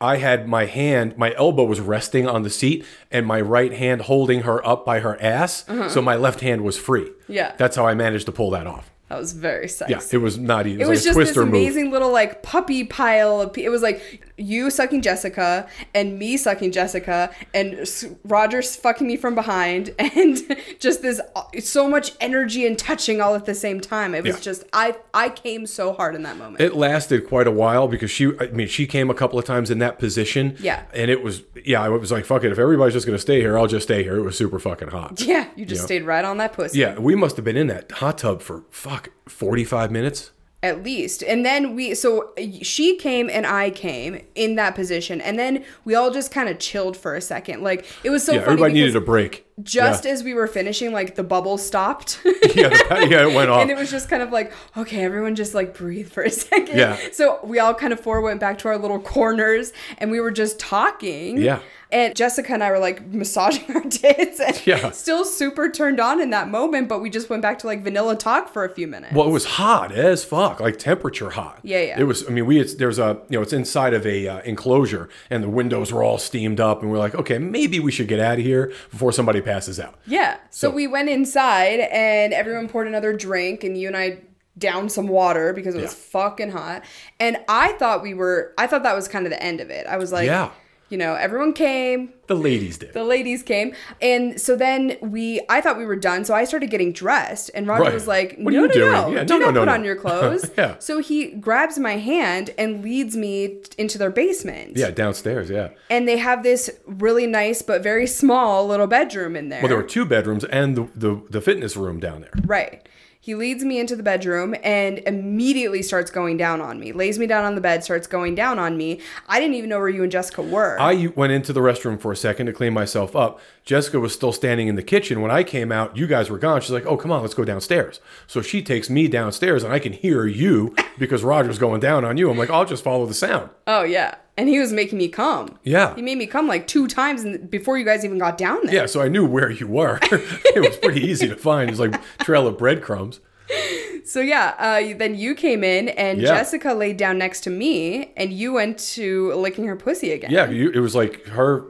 I had my hand, my elbow was resting on the seat, and my right hand holding her up by her ass. So my left hand was free.
Uh-huh. Yeah.
That's how I managed to pull that off.
That was very sexy.
Yeah, it was not easy.
It was
like a
just this
twister move.
amazing little like puppy pile. Of pe- it was like you sucking Jessica and me sucking Jessica and s- Roger s- fucking me from behind and just this uh, so much energy and touching all at the same time. It was
Yeah.
just I I came so hard in that moment.
It lasted quite a while because she, I mean, she came a couple of times in that position.
Yeah.
And it was, yeah, I was like, fuck it. If everybody's just going to stay here, I'll just stay here. It was super fucking hot.
yeah, you just
Yeah.
stayed right on that pussy.
Yeah, we must have been in that hot tub for fuck 45 minutes.
at least and then we so uh, she came and i came in that position and then we all just kind of chilled for a second like it was so
Yeah,
funny
everybody needed a
because
break.
just
yeah.
as we were finishing like the bubble stopped
yeah, the- yeah, it went off.
and it was just kind of like okay everyone just like breathe for a second
Yeah.
so we all kind of four went back to our little corners and we were just talking
Yeah.
and jessica and i were like massaging our tits and
Yeah.
still super turned on in that moment but we just went back to like vanilla talk for a few minutes
well, it was hot as fuck, like temperature hot.
Yeah, yeah.
It was. I mean, we it's, there's a you know it's inside of a uh, enclosure, and the windows were all steamed up, and we're like, okay, maybe we should get out of here before somebody passes out.
Yeah. So,
So-
we went inside and everyone poured another drink and you and I downed some water because it was
Yeah.
fucking hot. And I thought we were I thought that was kind of the end of it. I was like,
Yeah.
you know, everyone came,
The ladies did.
the ladies came. And so then we I thought we were done, so I started getting dressed and Roger
Right.
was like,
What are
"No,
you
no,
doing?
no.
Yeah,
Do
no,
not
no,
put
no,
on
no."
your clothes."
Yeah.
So he grabs my hand and leads me t- into their basement.
yeah, downstairs. Yeah.
And they have this really nice but very small little bedroom in there.
Well, there were two bedrooms and the, the the fitness room down there.
Right. He leads me into the bedroom and immediately starts going down on me. Lays me down on the bed, starts going down on me. I didn't even know where you and Jessica were.
I went into the restroom for a second to clean myself up. Jessica was still standing in the kitchen. When I came out, you guys were gone. She's like, oh, come on, let's go downstairs. So she takes me downstairs and I can hear you because Roger's going down on you. I'm like, I'll just follow the sound.
oh yeah. And he was making me come.
Yeah.
He made me come like two times in, before you guys even got down there.
Yeah, so I knew where you were. it was pretty easy to find. It's like trail of breadcrumbs.
So yeah, uh, then you came in and
Yeah.
Jessica laid down next to me and you went to licking her pussy again.
Yeah, you, it was like her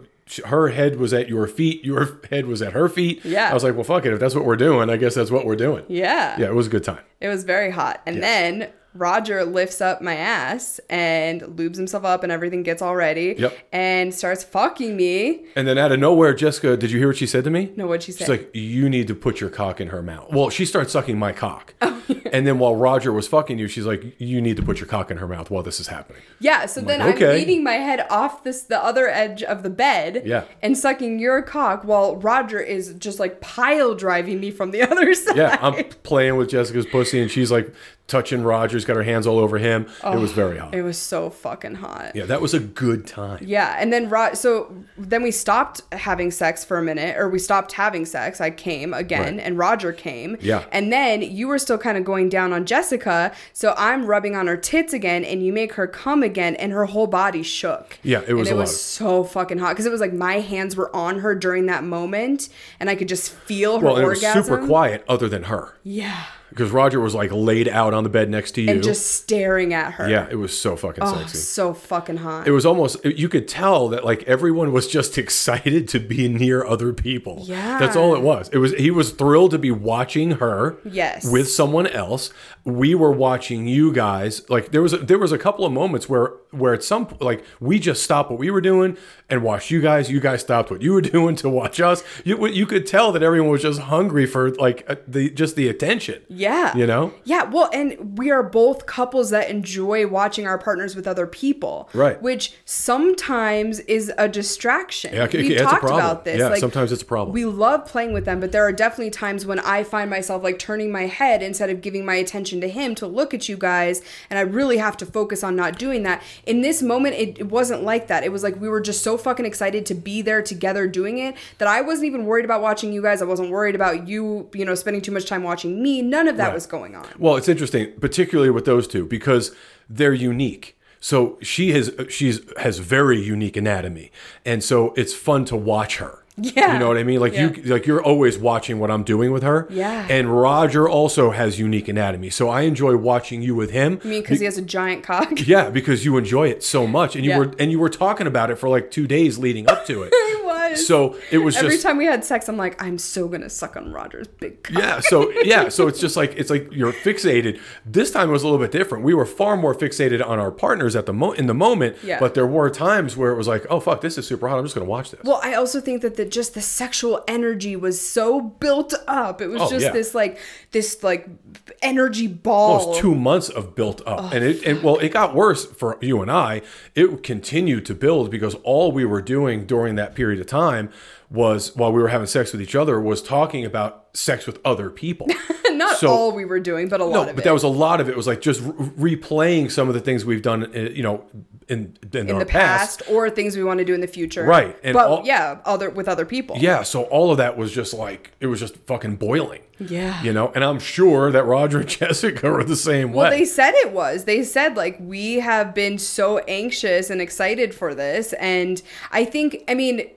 her head was at your feet, your head was at her feet.
Yeah.
I was like, well, fuck it. If that's what we're doing, I guess that's what we're doing.
Yeah.
Yeah, it was a good time.
It was very hot. And then Roger lifts up my ass and lubes himself up and everything gets all ready.
Yep.
And starts fucking me.
And then out of nowhere, Jessica, did you hear what she said to me?
No, what'd she say?
She's like, you need to put your cock in her mouth. Well, she starts sucking my cock.
Oh,
and then while Roger was fucking you, she's like, you need to put your cock in her mouth while this is happening.
yeah, so then
like,
I'm
okay.
leaning my head off this the other edge of the bed
Yeah.
and sucking your cock while Roger is just like pile driving me from the other side.
Yeah, I'm playing with Jessica's pussy and she's like touching Roger's, got her hands all over him. it
Oh.
was very hot.
It was so fucking hot.
yeah, that was a good time.
Yeah, and then Ro- so then we stopped having sex for a minute, or we stopped having sex. I came again,
Right.
and Roger came.
Yeah.
and then you were still kind of going down on Jessica, so I'm rubbing on her tits again, and you make her come again, and her whole body shook.
Yeah, it was
and it
a lot
was
of-
so fucking hot because it was like my hands were on her during that moment, and I could just feel her
Well, and it was
orgasm.
super quiet other than her
Yeah,
because Roger was like laid out on the bed next to you.
and just staring at her.
yeah, it was so fucking
Oh,
sexy.
so fucking hot.
it was almost you could tell that like everyone was just excited to be near other people
Yeah.
that's all it was it was he was thrilled to be watching her
Yes.
with someone else we were watching you guys like there was a, there was a couple of moments where where at some like we just stopped what we were doing and watched you guys. You guys stopped what you were doing to watch us. You you could tell that everyone was just hungry for like uh, the just the attention.
Yeah.
You know?
Yeah. Well, and we are both couples that enjoy watching our partners with other people.
Right.
Which sometimes is a distraction.
Yeah, okay,
we
okay, it's a
talked
problem.
about this.
Yeah,
like,
sometimes it's a problem.
We love playing with them, but there are definitely times when I find myself like turning my head instead of giving my attention to him to look at you guys, and I really have to focus on not doing that. In this moment, it, it wasn't like that. It was like we were just so fucking excited to be there together doing it that I wasn't even worried about watching you guys. I wasn't worried about you, you know, spending too much time watching me. None of that
Right.
was going on.
Well, it's interesting, particularly with those two, because they're unique. So she has she's has very unique anatomy, and so it's fun to watch her.
Yeah.
you know what I mean. Like you, like you're always watching what I'm doing with her.
Yeah.
and Roger also has unique anatomy, so I enjoy watching you with him.
I mean, because he has a giant cock.
yeah, because you enjoy it so much, and you
Yeah.
were and you were talking about it for like two days leading up to it.
He was.
so it was
Every
just
time we had sex, I'm like, I'm so gonna suck on Roger's big cock.
yeah so yeah so it's just like it's like you're fixated this time was a little bit different we were far more fixated on our partners at the mo in the moment
Yeah.
but there were times where it was like oh fuck this is super hot i'm just gonna watch this
Well, I also think that the, just the sexual energy was so built up. It was
Oh,
just
yeah.
this like this like energy ball.
almost two months of built up and it and well it got worse for you and i it continued to build because all we were doing during that period of time was while we were having sex with each other was talking about sex with other people
Not
so-
all we were doing, but a lot
No,
of
but
it.
that was a lot of it. It was like just re- replaying some of the things we've done, uh, you know, in in,
in
our
the past, or things we want to do in the future.
Right, and
but
all-
yeah, other with other people.
Yeah, so all of that was just like it was just fucking boiling.
Yeah.
You know, and I'm sure that Roger and Jessica were the same
Well,
way.
they said it was. They said like we have been so anxious and excited for this, and I think I mean.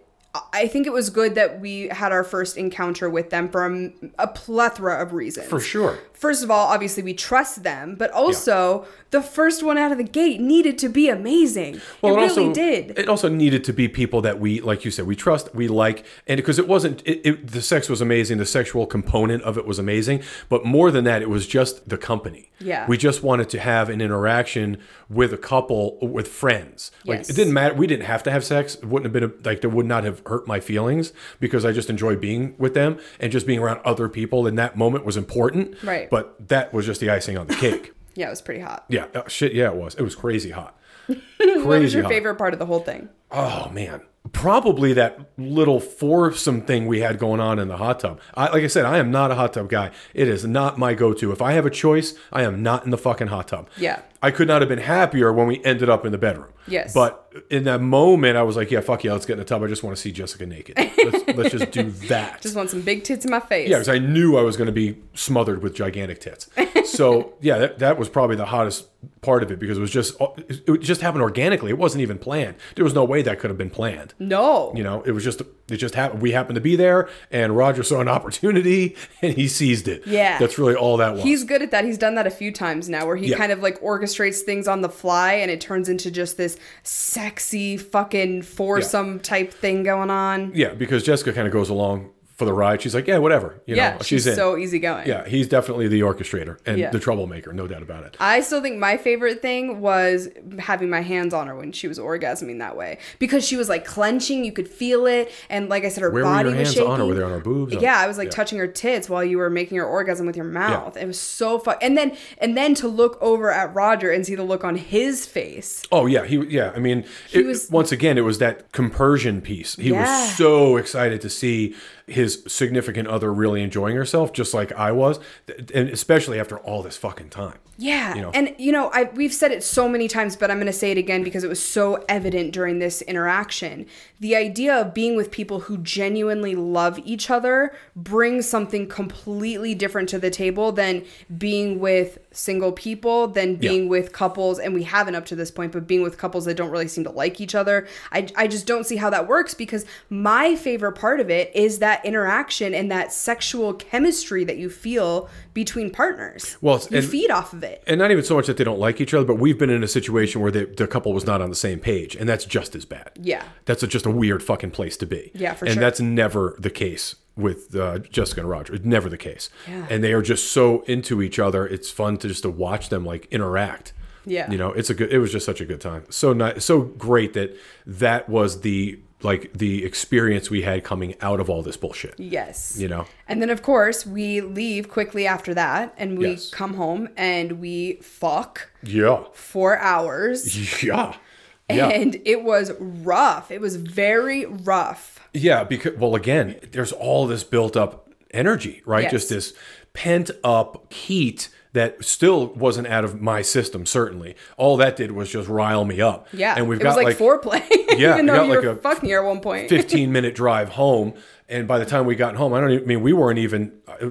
I think it was good that we had our first encounter with them from a plethora of reasons.
for sure.
First of all, obviously we trust them, but also the first one out of the gate needed to be amazing. it, really
also
did.
It also needed to be people that we, like you said, we trust, we like, and because it wasn't, it, it, the sex was amazing, the sexual component of it was amazing, but more than that, it was just the company.
Yeah.
we just wanted to have an interaction with a couple, with friends. Like
Yes.
it didn't matter. We didn't have to have sex. It wouldn't have been a, like there would not have hurt my feelings because I just enjoy being with them and just being around other people. And that moment was important.
Right.
But that was just the icing on the cake.
yeah, it was pretty hot.
yeah. uh, Shit. Yeah, it was. It was crazy hot.
What was
Crazy
your
hot.
favorite part of the whole thing?
Oh man, probably that little foursome thing we had going on in the hot tub. I, like I said, I am not a hot tub guy. It is not my go-to. If I have a choice, I am not in the fucking hot tub.
Yeah.
I could not have been happier when we ended up in the bedroom.
Yes.
But in that moment, I was like, yeah, fuck yeah, let's get in the tub. I just want to see Jessica naked. Let's, let's just do that.
Just want some big tits in my face.
Yeah, because I knew I was going to be smothered with gigantic tits. So yeah, that, that was probably the hottest part of it because it was just it just happened organically. It wasn't even planned. There was no way that could have been planned.
no.
You know, it was just it just happened. We happened to be there, and Roger saw an opportunity, and he seized it.
Yeah.
that's really all that was.
He's good at that. He's done that a few times now where he
Yeah.
kind of like orchestrates things on the fly and it turns into just this sexy fucking foursome type thing going on.
yeah, because Jessica kind of goes along for the ride. She's like, yeah, whatever. You
yeah,
know,
she's,
she's, in.
so easygoing.
yeah, he's definitely the orchestrator and
Yeah.
the troublemaker, no doubt about it.
I still think my favorite thing was having my hands on her when she was orgasming that way because she was like clenching, you could feel it, and like I said, her
Where were
body
your
was
hands
shaking.
on her? Were they on her boobs?
yeah, I was like touching her tits while you were making her orgasm with your mouth. It was so fun, and then and then to look over at Roger and see the look on his face.
Oh yeah, he yeah. I mean, it,
was-
once again, it was that compersion piece. He
Yeah.
was so excited to see his significant other really enjoying herself, just like I was, th- and especially after all this fucking time.
Yeah,
You know?
and you know, I we've said it so many times, but I'm going to say it again because it was so evident during this interaction. The idea of being with people who genuinely love each other brings something completely different to the table than being with single people, than being with couples, and we haven't up to this point, but being with couples that don't really seem to like each other. I I just don't see how that works because my favorite part of it is that interaction and that sexual chemistry that you feel between partners.
Well, it's-
you
and-
feed off of it.
And not even so much that they don't like each other, but we've been in a situation where the, the couple was not on the same page, and that's just as bad.
Yeah.
that's a, just a weird fucking place to be.
Yeah, for
and
sure.
that's never the case with uh, Jessica and Roger. It's never the case.
Yeah.
and they are just so into each other. It's fun to just to watch them like interact.
Yeah.
You know, it's a good. It was just such a good time. So nice. So great that that was the like the experience we had coming out of all this bullshit.
Yes.
You know.
And then, of course, we leave quickly after that and we
Yes.
come home and we fuck
Yeah.
for hours.
Yeah. Yeah.
And it was rough. It was very rough.
Yeah. Because well, again, there's all this built up energy, right?
Yes.
Just this pent up heat that still wasn't out of my system. Certainly, all that did was just rile me up.
Yeah.
And we've
it
got
was like, foreplay.
Yeah,
Even
we
though
got
you
like
were
a
fucking here at one point.
15 minute drive home. And by the time we got home, I don't even, I mean, we weren't even uh,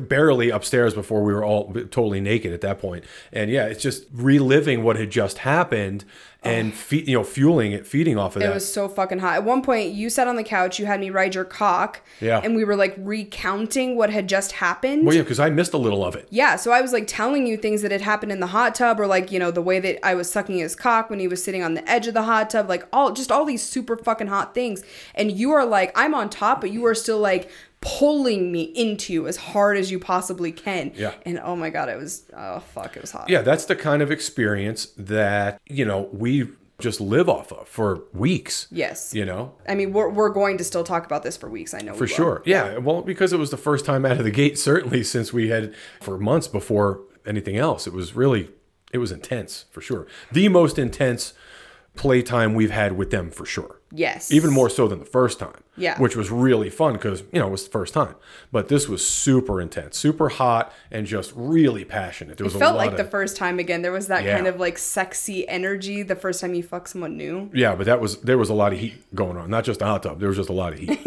barely upstairs before we were all totally naked at that point. And yeah, it's just reliving what had just happened and fe- you know, fueling it, feeding off of
Oh. It
that.
was so fucking hot. At one point, you sat on the couch, you had me ride your cock.
Yeah.
And we were like recounting what had just happened.
well, yeah, because I missed a little of it.
Yeah, so I was like telling you things that had happened in the hot tub, or like, you know, the way that I was sucking his cock when he was sitting on the edge of the hot tub, like all just all these super fucking hot things. And you are like, I'm on top, but you are still like pulling me into you as hard as you possibly can.
Yeah.
And oh my God, it was, oh fuck, it was hot.
Yeah, that's the kind of experience that, you know, we just live off of for weeks.
Yes.
You know,
I mean, we're, we're going to still talk about this for weeks. I know
For sure. Yeah. Well, because it was the first time out of the gate, certainly since we had for months before anything else. It was really, it was intense for sure. The most intense playtime we've had with them for sure.
Yes.
Even more so than the first time.
Yeah.
Which was really fun because, you know, it was the first time. But this was super intense, super hot, and just really passionate. There was
It felt
a lot
like
of,
the first time again. There was that
Yeah.
kind of like sexy energy the first time you fuck someone new.
Yeah, but that was there was a lot of heat going on. Not just the hot tub. There was just a lot of heat.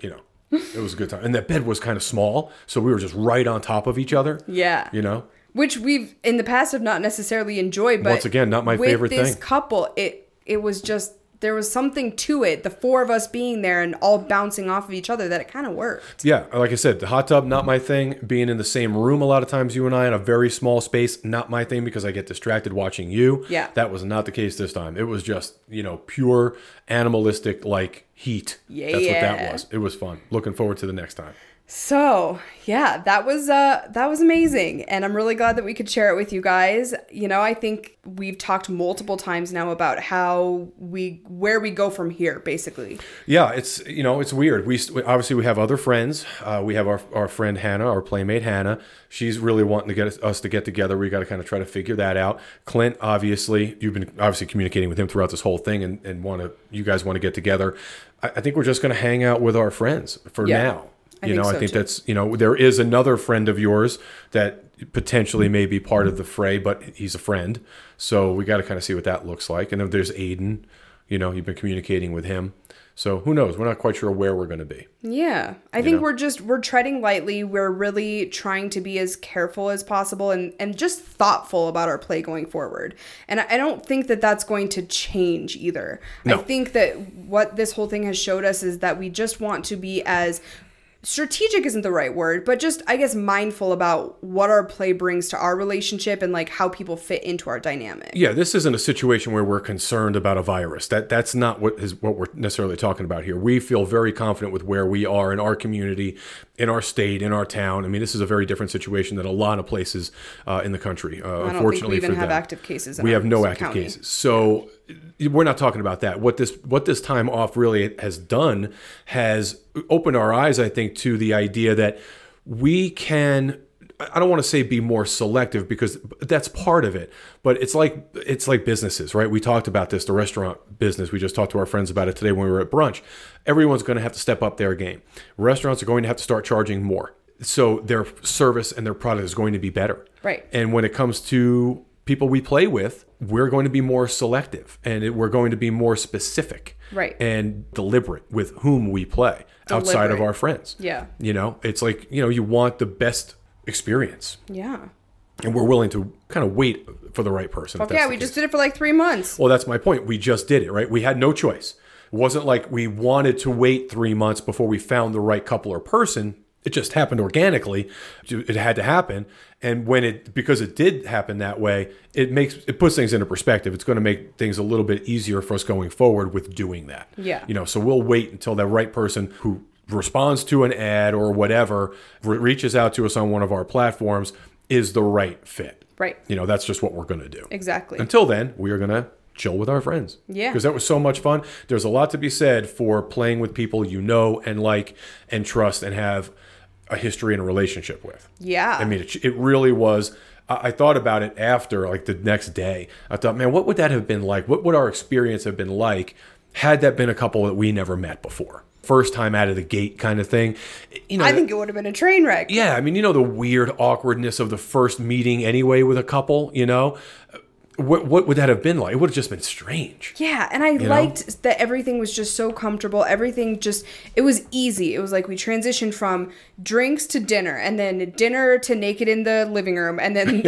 you know, it was a good time. And that bed was kind of small, so we were just right on top of each other.
Yeah.
You know.
which we've in the past have not necessarily enjoyed. But
Once again, not my
with
favorite
this
thing.
couple, it it was just there was something to it. The four of us being there and all bouncing off of each other that it kind of worked.
Yeah, like I said, the hot tub not my thing. Being in the same room a lot of times, you and I in a very small space, not my thing because I get distracted watching you.
Yeah.
that was not the case this time. It was just you know pure animalistic like heat. that's what
Yeah.
that was. It was fun. Looking forward to the next time.
So yeah, that was uh that was amazing, and I'm really glad that we could share it with you guys. You know, I think we've talked multiple times now about how we where we go from here, basically.
Yeah, it's you know it's weird. We st- obviously we have other friends. Uh, we have our our friend Hannah, our playmate Hannah. She's really wanting to get us, us to get together. We got to kind of try to figure that out. Clint, obviously, you've been obviously communicating with him throughout this whole thing, and and want to you guys want to get together. I, I think we're just going to hang out with our friends for
Yeah.
now.
I
You
think
know,
so,
I think
too.
that's you know there is another friend of yours that potentially may be part
Mm-hmm.
of the fray, but he's a friend, so we got to kind of see what that looks like. And then there's Aiden, you know, you've been communicating with him, so who knows? We're not quite sure where we're going to be.
Yeah. I think we're just we're treading lightly. We're really trying to be as careful as possible and and just thoughtful about our play going forward. And I I don't think that that's going to change either. I
No.
think that what this whole thing has showed us is that we just want to be as strategic isn't the right word, but just I guess mindful about what our play brings to our relationship and like how people fit into our dynamic.
Yeah, this isn't a situation where we're concerned about a virus. That that's not what is what we're necessarily talking about here. We feel very confident with where we are in our community, in our state, in our town. I mean, this is a very different situation than a lot of places uh, in the country. Uh,
I don't think we
unfortunately,
even
for
have
them.
active cases. In
we
our
have no active
county.
cases so we're not talking about that what this what this time off really has done has opened our eyes i think to the idea that we can i don't want to say be more selective because that's part of it but it's like it's like businesses right we talked about this the restaurant business we just talked to our friends about it today when we were at brunch everyone's going to have to step up their game restaurants are going to have to start charging more so their service and their product is going to be better
Right.
and when it comes to people we play with, we're going to be more selective and it, we're going to be more specific
Right.
and deliberate with whom we play outside of
Deliberate.
our friends.
Yeah.
You know, it's like, you know, you want the best experience
Yeah.
and we're willing to kind of wait for the right person. if that's
Yeah,
the
we
case.
just did it for like three months.
Well, that's my point. We just did it, right? We had no choice. It wasn't like we wanted to wait three months before we found the right couple or person. It just happened organically. It had to happen. And when it, because it did happen that way, it makes, it puts things into perspective. It's going to make things a little bit easier for us going forward with doing that.
Yeah.
You know, so we'll wait until that right person who responds to an ad or whatever re- reaches out to us on one of our platforms is the right fit.
Right.
You know, that's just what we're going to do.
Exactly.
Until then, we are going to chill with our friends.
Yeah.
Because that was so much fun. There's a lot to be said for playing with people you know and like and trust and have a history and a relationship with.
Yeah.
I mean, it, it really was. I, I thought about it after, like the next day. I thought, man, what would that have been like? What would our experience have been like had that been a couple that we never met before? First time out of the gate kind of thing. You know,
I think it would have been a train wreck.
yeah, I mean, you know the weird awkwardness of the first meeting anyway with a couple, you know? What what would that have been like? It would have just been strange.
Yeah, and I liked that everything was just so comfortable. Everything just it was easy. It was like we transitioned from drinks to dinner and then dinner to naked in the living room and then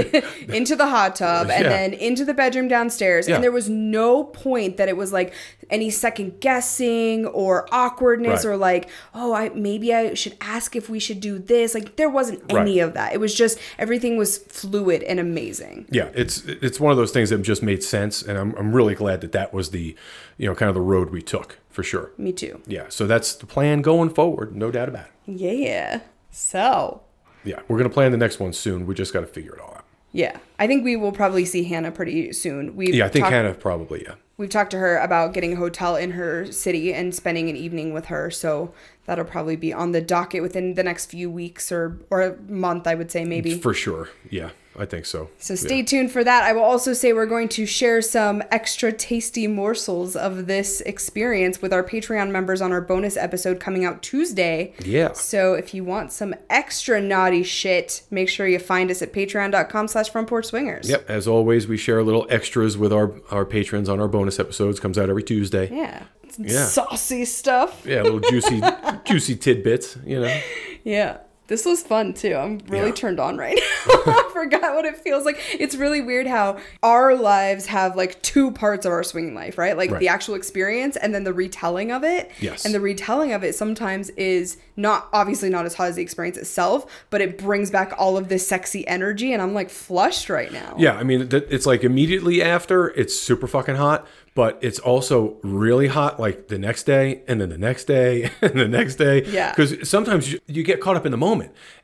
into the hot tub and
Yeah.
then into the bedroom downstairs.
Yeah.
And there was no point that it was like any second guessing or awkwardness
Right.
or like, oh, I maybe I should ask if we should do this. Like there wasn't
Right.
any of that. It was just everything was fluid and amazing.
Yeah, it's it's one of those things that just made sense and I'm I'm really glad that that was the, you know, kind of the road we took for sure.
Me too.
Yeah, so that's the plan going forward, no doubt about it.
Yeah. So,
Yeah, we're going to plan the next one soon. We just got to figure it all out.
Yeah, I think we will probably see Hannah pretty soon. We've
Yeah, I think
talked,
Hannah probably, yeah.
We've talked to her about getting a hotel in her city and spending an evening with her. So that'll probably be on the docket within the next few weeks or or a month, I would say maybe.
For sure. Yeah, I think so.
So stay tuned for that. I will also say we're going to share some extra tasty morsels of this experience with our Patreon members on our bonus episode coming out Tuesday.
Yeah.
So if you want some extra naughty shit, make sure you find us at patreon.com slash front porch swingers.
Yep. As always, we share little extras with our our patrons on our bonus episodes. Comes out every Tuesday.
Yeah.
Yeah.
Saucy stuff.
Yeah, little juicy juicy tidbits. You know.
Yeah. This was fun too. I'm really
Yeah.
turned on right now. I forgot what it feels like. It's really weird how our lives have like two parts of our swinging life, right? Like
Right.
the actual experience and then the retelling of it.
Yes.
And the retelling of it sometimes is not obviously not as hot as the experience itself, but it brings back all of this sexy energy and I'm like flushed right now.
Yeah, I mean, th- it's like immediately after it's super fucking hot, but it's also really hot like the next day and then the next day and the next day.
Yeah.
Because sometimes you, you get caught up in the moment.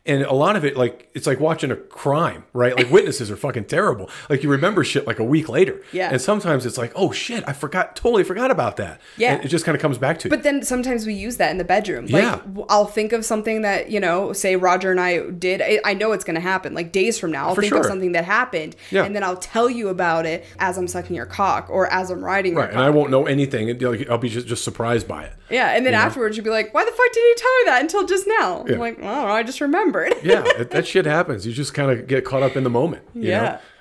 And a lot of it, like, it's like watching a crime, right? Like, witnesses are fucking terrible. Like, you remember shit like a week later.
Yeah.
And sometimes it's like, oh shit, I forgot, totally forgot about that.
Yeah.
And it just kind of comes back to you.
But then sometimes we use that in the bedroom. Like
Yeah.
w- I'll think of something that, you know, say Roger and I did. I, I know it's going to happen. Like days from now, I'll
For
think of
sure.
something that happened
Yeah.
and then I'll tell you about it as I'm sucking your cock or as I'm riding
Right,
your
and
cock.
I won't know anything. and, like, I'll be just, just surprised by it.
yeah, and then afterwards you'll be like, "Why the fuck did you tell me that until just now?" I'm
Yeah.
like, "Well, I just remembered."
Yeah, that, that shit happens. You just kind of get caught up in the moment. you
Yeah.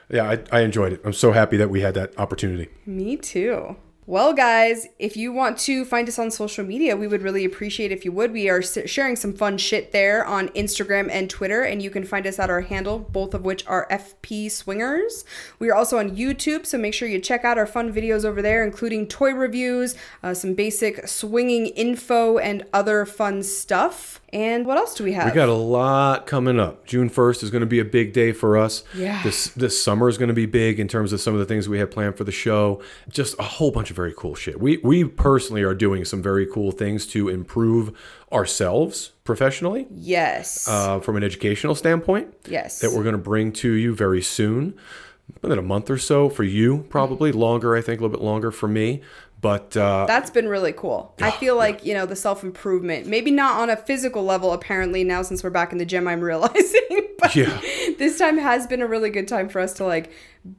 know? Yeah, I, I enjoyed it. I'm so happy that we had that opportunity.
Me too. Well, guys, if you want to find us on social media, we would really appreciate if you would. We are s- sharing some fun shit there on Instagram and Twitter, and you can find us at our handle, both of which are FP Swingers. We are also on YouTube, so make sure you check out our fun videos over there, including toy reviews, uh, some basic swinging info, and other fun stuff. And what else do we have?
We got a lot coming up. June 1st is going to be a big day for us.
Yeah.
This this summer is going to be big in terms of some of the things we have planned for the show. Just a whole bunch of very cool shit. We we personally are doing some very cool things to improve ourselves professionally
yes.
uh, from an educational standpoint.
yes.
that we're going to bring to you very soon, within a month or so for you, probably longer. I think a little bit longer for me, but uh,
That's been really cool. I feel like, you know, the self improvement, maybe not on a physical level, apparently, now since we're back in the gym, I'm realizing. But
Yeah.
this time has been a really good time for us to, like,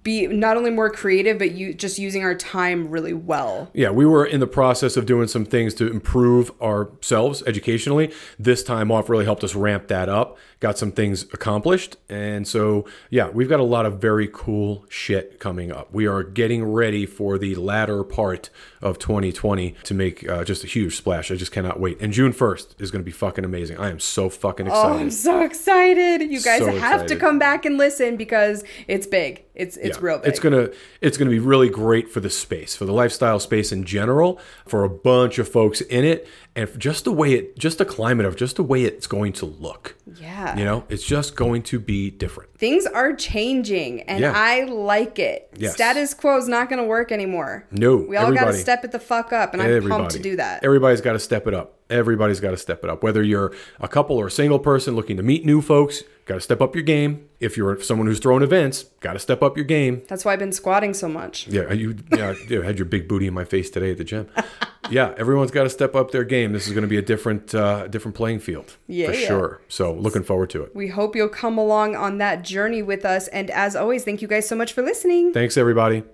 be not only more creative, but you just using our time really well.
yeah, we were in the process of doing some things to improve ourselves educationally. This time off really helped us ramp that up, got some things accomplished, and so yeah, we've got a lot of very cool shit coming up. We are getting ready for the latter part of 2020 to make uh, just a huge splash. I just cannot wait. And June 1st is going to be fucking amazing. I am so fucking excited.
Oh, I'm so excited. You guys
So
have to
excited.
come back and listen because it's big. It's it's
Yeah.
real big.
It's gonna it's gonna be really great for the space, for the lifestyle space in general, for a bunch of folks in it, and for just the way it, just the climate of, just the way it's going to look.
Yeah.
You know, it's just going to be different.
Things are changing and
Yeah.
I like it.
Yes.
Status quo is not going to work anymore.
No,
We all got to
everybody-
step it the fuck up and I'm pumped to do that.
Everybody's got to step it up. Everybody's got to step it up. Whether you're a couple or a single person looking to meet new folks, got to step up your game. If you're someone who's throwing events, got to step up your game.
That's why I've been squatting so much.
Yeah, you yeah, you had your big booty in my face today at the gym. Yeah, everyone's got to step up their game. This is going to be a different uh, different playing field
Yeah.
for sure. So looking forward to it.
We hope you'll come along on that journey with us. And as always, thank you guys so much for listening.
Thanks everybody.